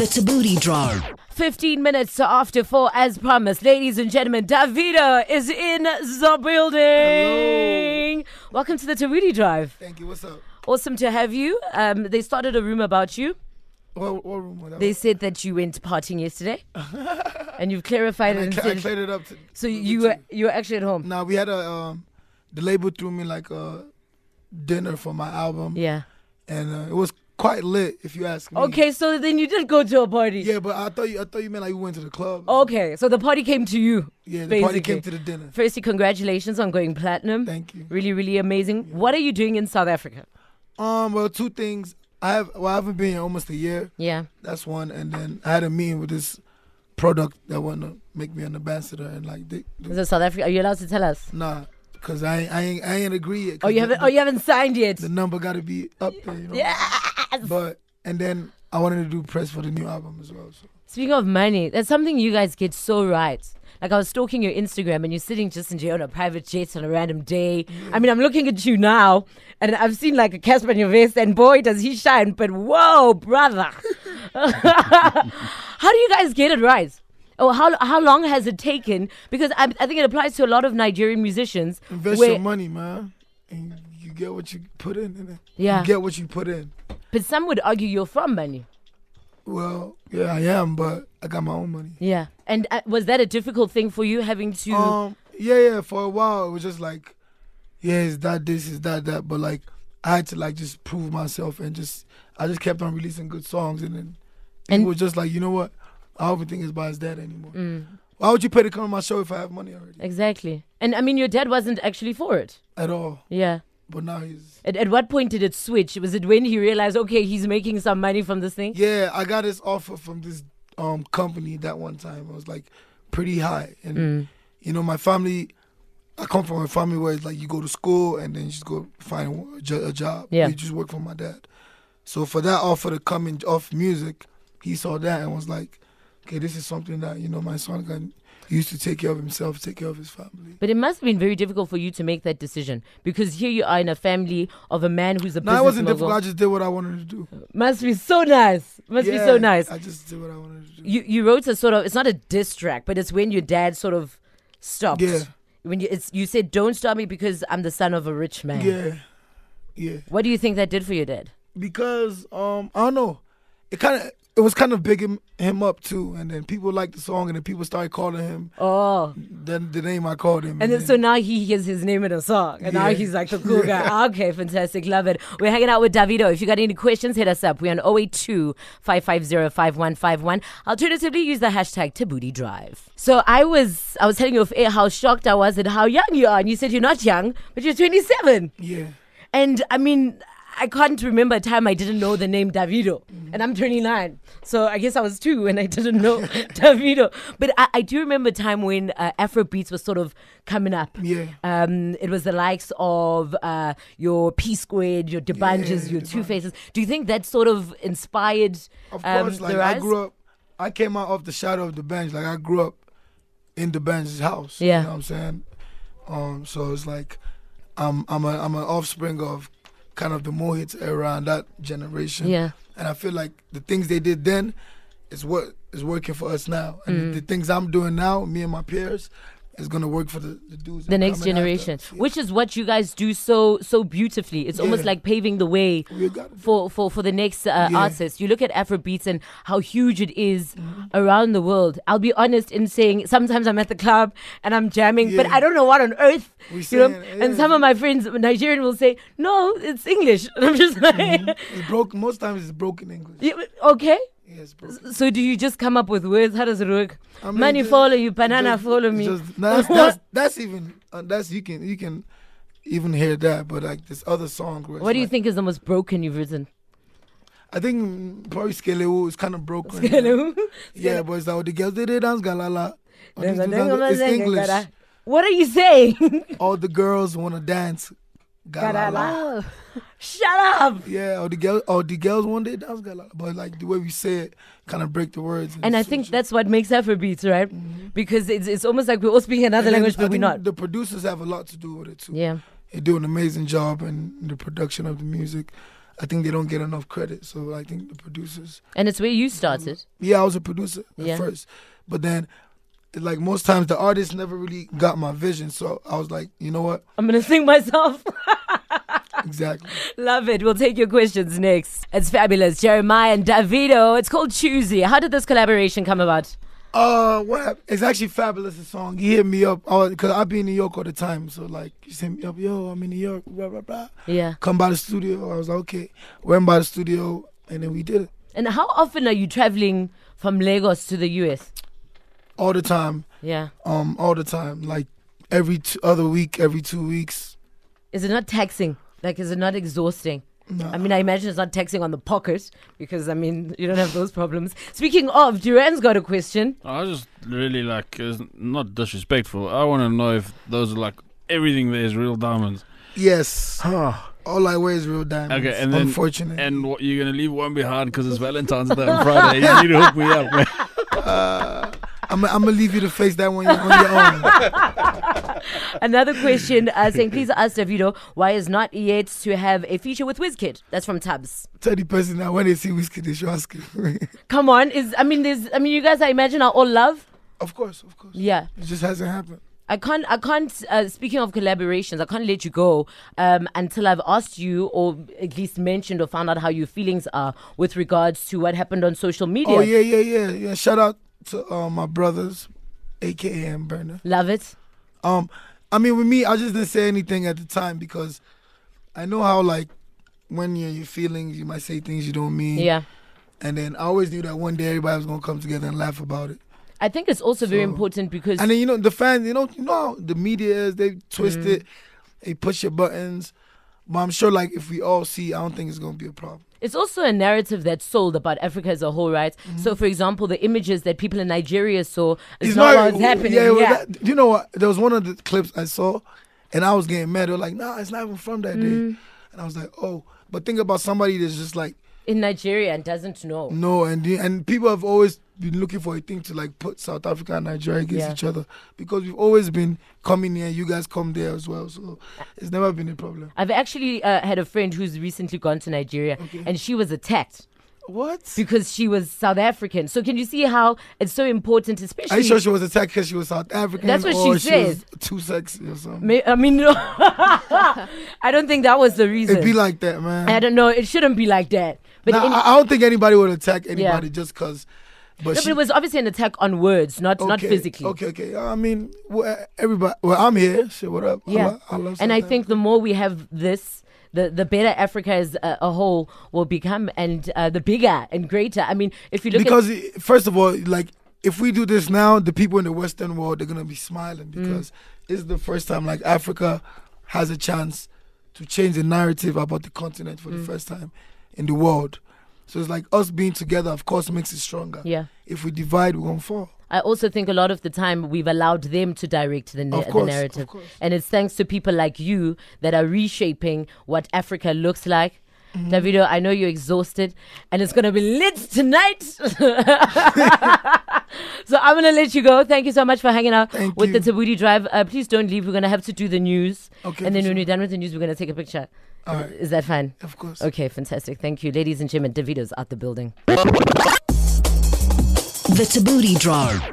The Tabooty Drawer. 15 minutes to after four, as promised. Ladies and gentlemen, Davida is in the building. Welcome to the Taruti Drive. Thank you. What's up? Awesome to have you. Um, they started a rumor about you. What, what room was that? They said that you went partying yesterday, and you've clarified it. I, And cl- I said, cleared it up. To, so you were you were actually at home. Now we had a um, the label threw me like a dinner for my album, Yeah. and uh, it was quite lit, if you ask me. Okay, so then you did go to a party. Yeah, but I thought you I thought you meant like we went to the club. Okay, so the party came to you. yeah, the party Oh, basically. came to the dinner. Firstly, congratulations on going platinum. Thank you. Really, really amazing. What are you doing in South Africa? Um, well, two things. I have well, I haven't been here almost a year. Yeah. That's one, and then I had a meeting with this product that want to make me an ambassador, and like they, Is it South Africa? Are you allowed to tell us? nah, cause I ain't- I ain't, I ain't agree yet. Oh, 'cause you the- haven't. the- Oh, you haven't signed yet. the number got to be up there. You know? Yes. But and then I wanted to do press for the new album as well. So Speaking of money, that's something you guys get so right. Like I was stalking your Instagram, and you're sitting just in jail on a private jet on a random day. I mean, I'm looking at you now, and I've seen like a Casper on your vest, and boy, does he shine! But whoa, brother, how do you guys get it right? Oh, how how long has it taken? Because I, I think it applies to a lot of Nigerian musicians. invest where- your money, man, and you get what you put in. And Yeah. you get what you put in. but some would argue you're from money. Well, yeah, I am, but I got my own money. Yeah, and uh, was that a difficult thing for you having to? Um, yeah, yeah. For a while, it was just like, yeah, it's that, this, it's that, that. But like, I had to like just prove myself and just, I just kept on releasing good songs, and then And- it was just like, you know what? I don't even think it's by his dad anymore. Mm. Why would you pay to come to my show if I have money already? Exactly. And I mean, your dad wasn't actually for it. At all. Yeah. But now he's At, at what point did it switch? Was it when he realized, okay, he's making some money from this thing? Yeah, I got this offer from this um company that one time. It was like pretty high, and Mm. you know my family. I come from a family where it's like you go to school and then you just go find a jo- a job. Yeah. you just work for my dad. So for that offer to come in off music, he saw that and was like, "Okay, this is something that you know my son can." He used to take care of himself, take care of his family. But it must have been very difficult for you to make that decision because here you are in a family of a man who's a No, it business wasn't difficult. I mogul. just did what I wanted to do. Must be so nice. Must be so Yeah, nice. I just did what I wanted to do. You you wrote a sort of it's not a diss track, but it's when your dad sort of stopped. Yeah. When you it's you said don't stop me because I'm the son of a rich man. Yeah, yeah. What do you think that did for your dad? because um I don't know, it kind of it was kind of bigging him up too, and then people liked the song, and then people started calling him Oh. the, the name I called him. And then, so now he hears his name in a song, and now Yeah. he's like the cool guy. Okay, fantastic, love it. We're hanging out with Davido. If you got any questions, hit us up. We're on 082 550 5151. Alternatively, use the hashtag Tabooty Drive. So I was I was telling you of air how shocked I was at how young you are, and you said you're not young, but you're 27. yeah, And I mean, I can't remember a time I didn't know the name Davido. And I'm 29. So I guess I was two and I didn't know Davido. But I, I do remember a time when uh, Afro beats was sort of coming up. Yeah. Um, it was the likes of uh, your P Squared, your Debanges, Yeah, your Debanges. Two Faces. Do you think that sort of inspired of um, course. the Like I rise? grew up, I came out of the shadow of the bench. Like I grew up in the bench's house. Yeah. you know what I'm saying. Um, so it's like I'm I'm a I'm an offspring of kind of the Mohits era and that generation. Yeah. and I feel like the things they did then is what is working for us now, Mm-hmm. and the things I'm doing now, me and my peers, is gonna work for the, the dudes. that the next coming after generation, us. which is what you guys do so so beautifully. It's almost Yeah. like paving the way We got it. for for for the next uh, Yeah. artists. You look at Afrobeats and how huge it is Mm-hmm. around the world. I'll be honest in saying sometimes I'm at the club and I'm jamming, but Yeah. I don't know what on earth. We you know? saying, And yeah. some of my friends Nigerian will say, "No, it's English," and I'm just like, It's broke. Most times it's broken English. "Yeah, but- "Okay." Yeah, it's broken. So do you just come up with words? How does it work? I mean, Money just- follow you, banana just- follow me. just- no, that's, that's that's even uh, that's you can you can even hear that, but like this other song. Where it's what do you like- think is the most broken you've written? I think mm, probably Skelewu is kind of broken. Yeah, but it's like oh, the girls did it dance galala. Oh, these dudes dance- It's English. What are you saying? All the girls wanna dance galala. Shut up. Yeah, or the girls, or the girls one day dance got like, but like the way we say it, kind of break the words. And I so- think so- that's what makes Afrobeats, right? Because it's it's almost like we're all speaking another Mm-hmm. and then language, I but we're think not. The producers have a lot to do with it too. Yeah. they do an amazing job in the production of the music. I think they don't get enough credit. So I think the producers. And it's where you started. Yeah, I was a producer at Yeah. first, but then, like most times, the artists never really got my vision. So I was like, you know what? I'm gonna sing myself. Exactly. Love it. We'll take your questions next. It's fabulous. Jeremiah and Davido. It's called Choosy. How did this collaboration come about? Uh, what happened? It's actually fabulous. The song. He hit me up because I be in New York all the time. So like, he hit me up. Yo, I'm in New York. Blah blah blah. Yeah. Come by the studio. I was like, okay. Went by the studio, and then we did it And how often are you traveling from Lagos to the US? all the time. Yeah. Um, all the time. Like every t- other week, every two weeks. Is it not taxing? Like, is it not exhausting? I mean, I imagine it's not taxing on the pocket because, I mean, you don't have those problems. Speaking of, Duran's got a question. I just really like it's not disrespectful. I want to know if those are like everything there is real diamonds. Yes. All I wear is real diamonds. Okay, and then unfortunate. and what, you're gonna leave one behind because it's Valentine's Day on Friday. You need to hook me up, man. I'm, I'm gonna leave you to face that one on your own. Another question uh, saying, please ask Davido why is not yet to have a feature with WizKid? That's from Tubbs. Tell the person that when they see whiskey, they should ask you. Come on, is I mean, there's I mean, you guys, I imagine are all love. of course, of course. Yeah. It just hasn't happened. I can't. I can't. Uh, speaking of collaborations, I can't let you go um, until I've asked you, or at least mentioned, or found out how your feelings are with regards to what happened on social media. Oh yeah, yeah, yeah, yeah. Shout out to uh, my brothers, aka and Burner. Love it. Um, I mean, with me, I just didn't say anything at the time because I know how like when you're in your feelings, you might say things you don't mean. Yeah. And then I always knew that one day everybody was gonna come together and laugh about it. I think it's also very So- important because And then you know the fans, you know, you know how the media is. They twist Mm. it, they push your buttons. But I'm sure, like, if we all see, I don't think it's gonna be a problem. it's also a narrative that's sold about Africa as a whole, right? Mm-hmm. So, for example, the images that people in Nigeria saw is not, what's happening. Yeah, Yeah, well, that- you know what? There was one of the clips I saw, and I was getting mad. They were like, "Nah, it's not even from that Mm. day," and I was like, "Oh." But think about somebody that's just like, in Nigeria and doesn't know. "No," and the- and people have always been looking for a thing to like put South Africa and Nigeria against Yeah. each other because we've always been coming here. You guys come there as well, so it's never been a problem. I've actually uh, had a friend who's recently gone to Nigeria, and she was attacked. What? because she was South African. So can you see how it's so important, especially? Are you sure she was attacked because she was South African? That's what she or said. was too sexy or something. Ma- I mean, no. I don't think that was the reason. It'd be like that, man. I don't know. It shouldn't be like that. But, Nah, in- I I don't think anybody would attack anybody just 'cause just because. But, no, she, but it was obviously an attack on words, not not okay, physically. Okay, okay. I mean, well, everybody. Well, I'm here. Shit, what up? I Yeah. lo- I love and I South think the more we have this. The, the better Africa as a, a whole will become, and uh, the bigger and greater. I mean, if you look at because i- first of all, like if we do this now, the people in the Western world they're gonna be smiling because it's the first time like Africa has a chance to change the narrative about the continent for the first time in the world. So it's like us being together, of course, makes it stronger. Yeah. If we divide, we're gonna fall. I also think a lot of the time we've allowed them to direct the, na- Of course, the narrative. of course. And it's thanks to people like you that are reshaping what Africa looks like. Mm-hmm. Davido, I know you're exhausted and it's going to be lit tonight. so I'm going to let you go. Thank you so much for hanging out Thank with the you. Tabuti Drive. Uh, please don't leave. We're going to have to do the news. Okay, And then for when sure. we're done with the news, we're going to take a picture. All right. Is that fine? Of course. Okay, fantastic. Thank you. Ladies and gentlemen, Davido's out the building. The Tabooty Drive.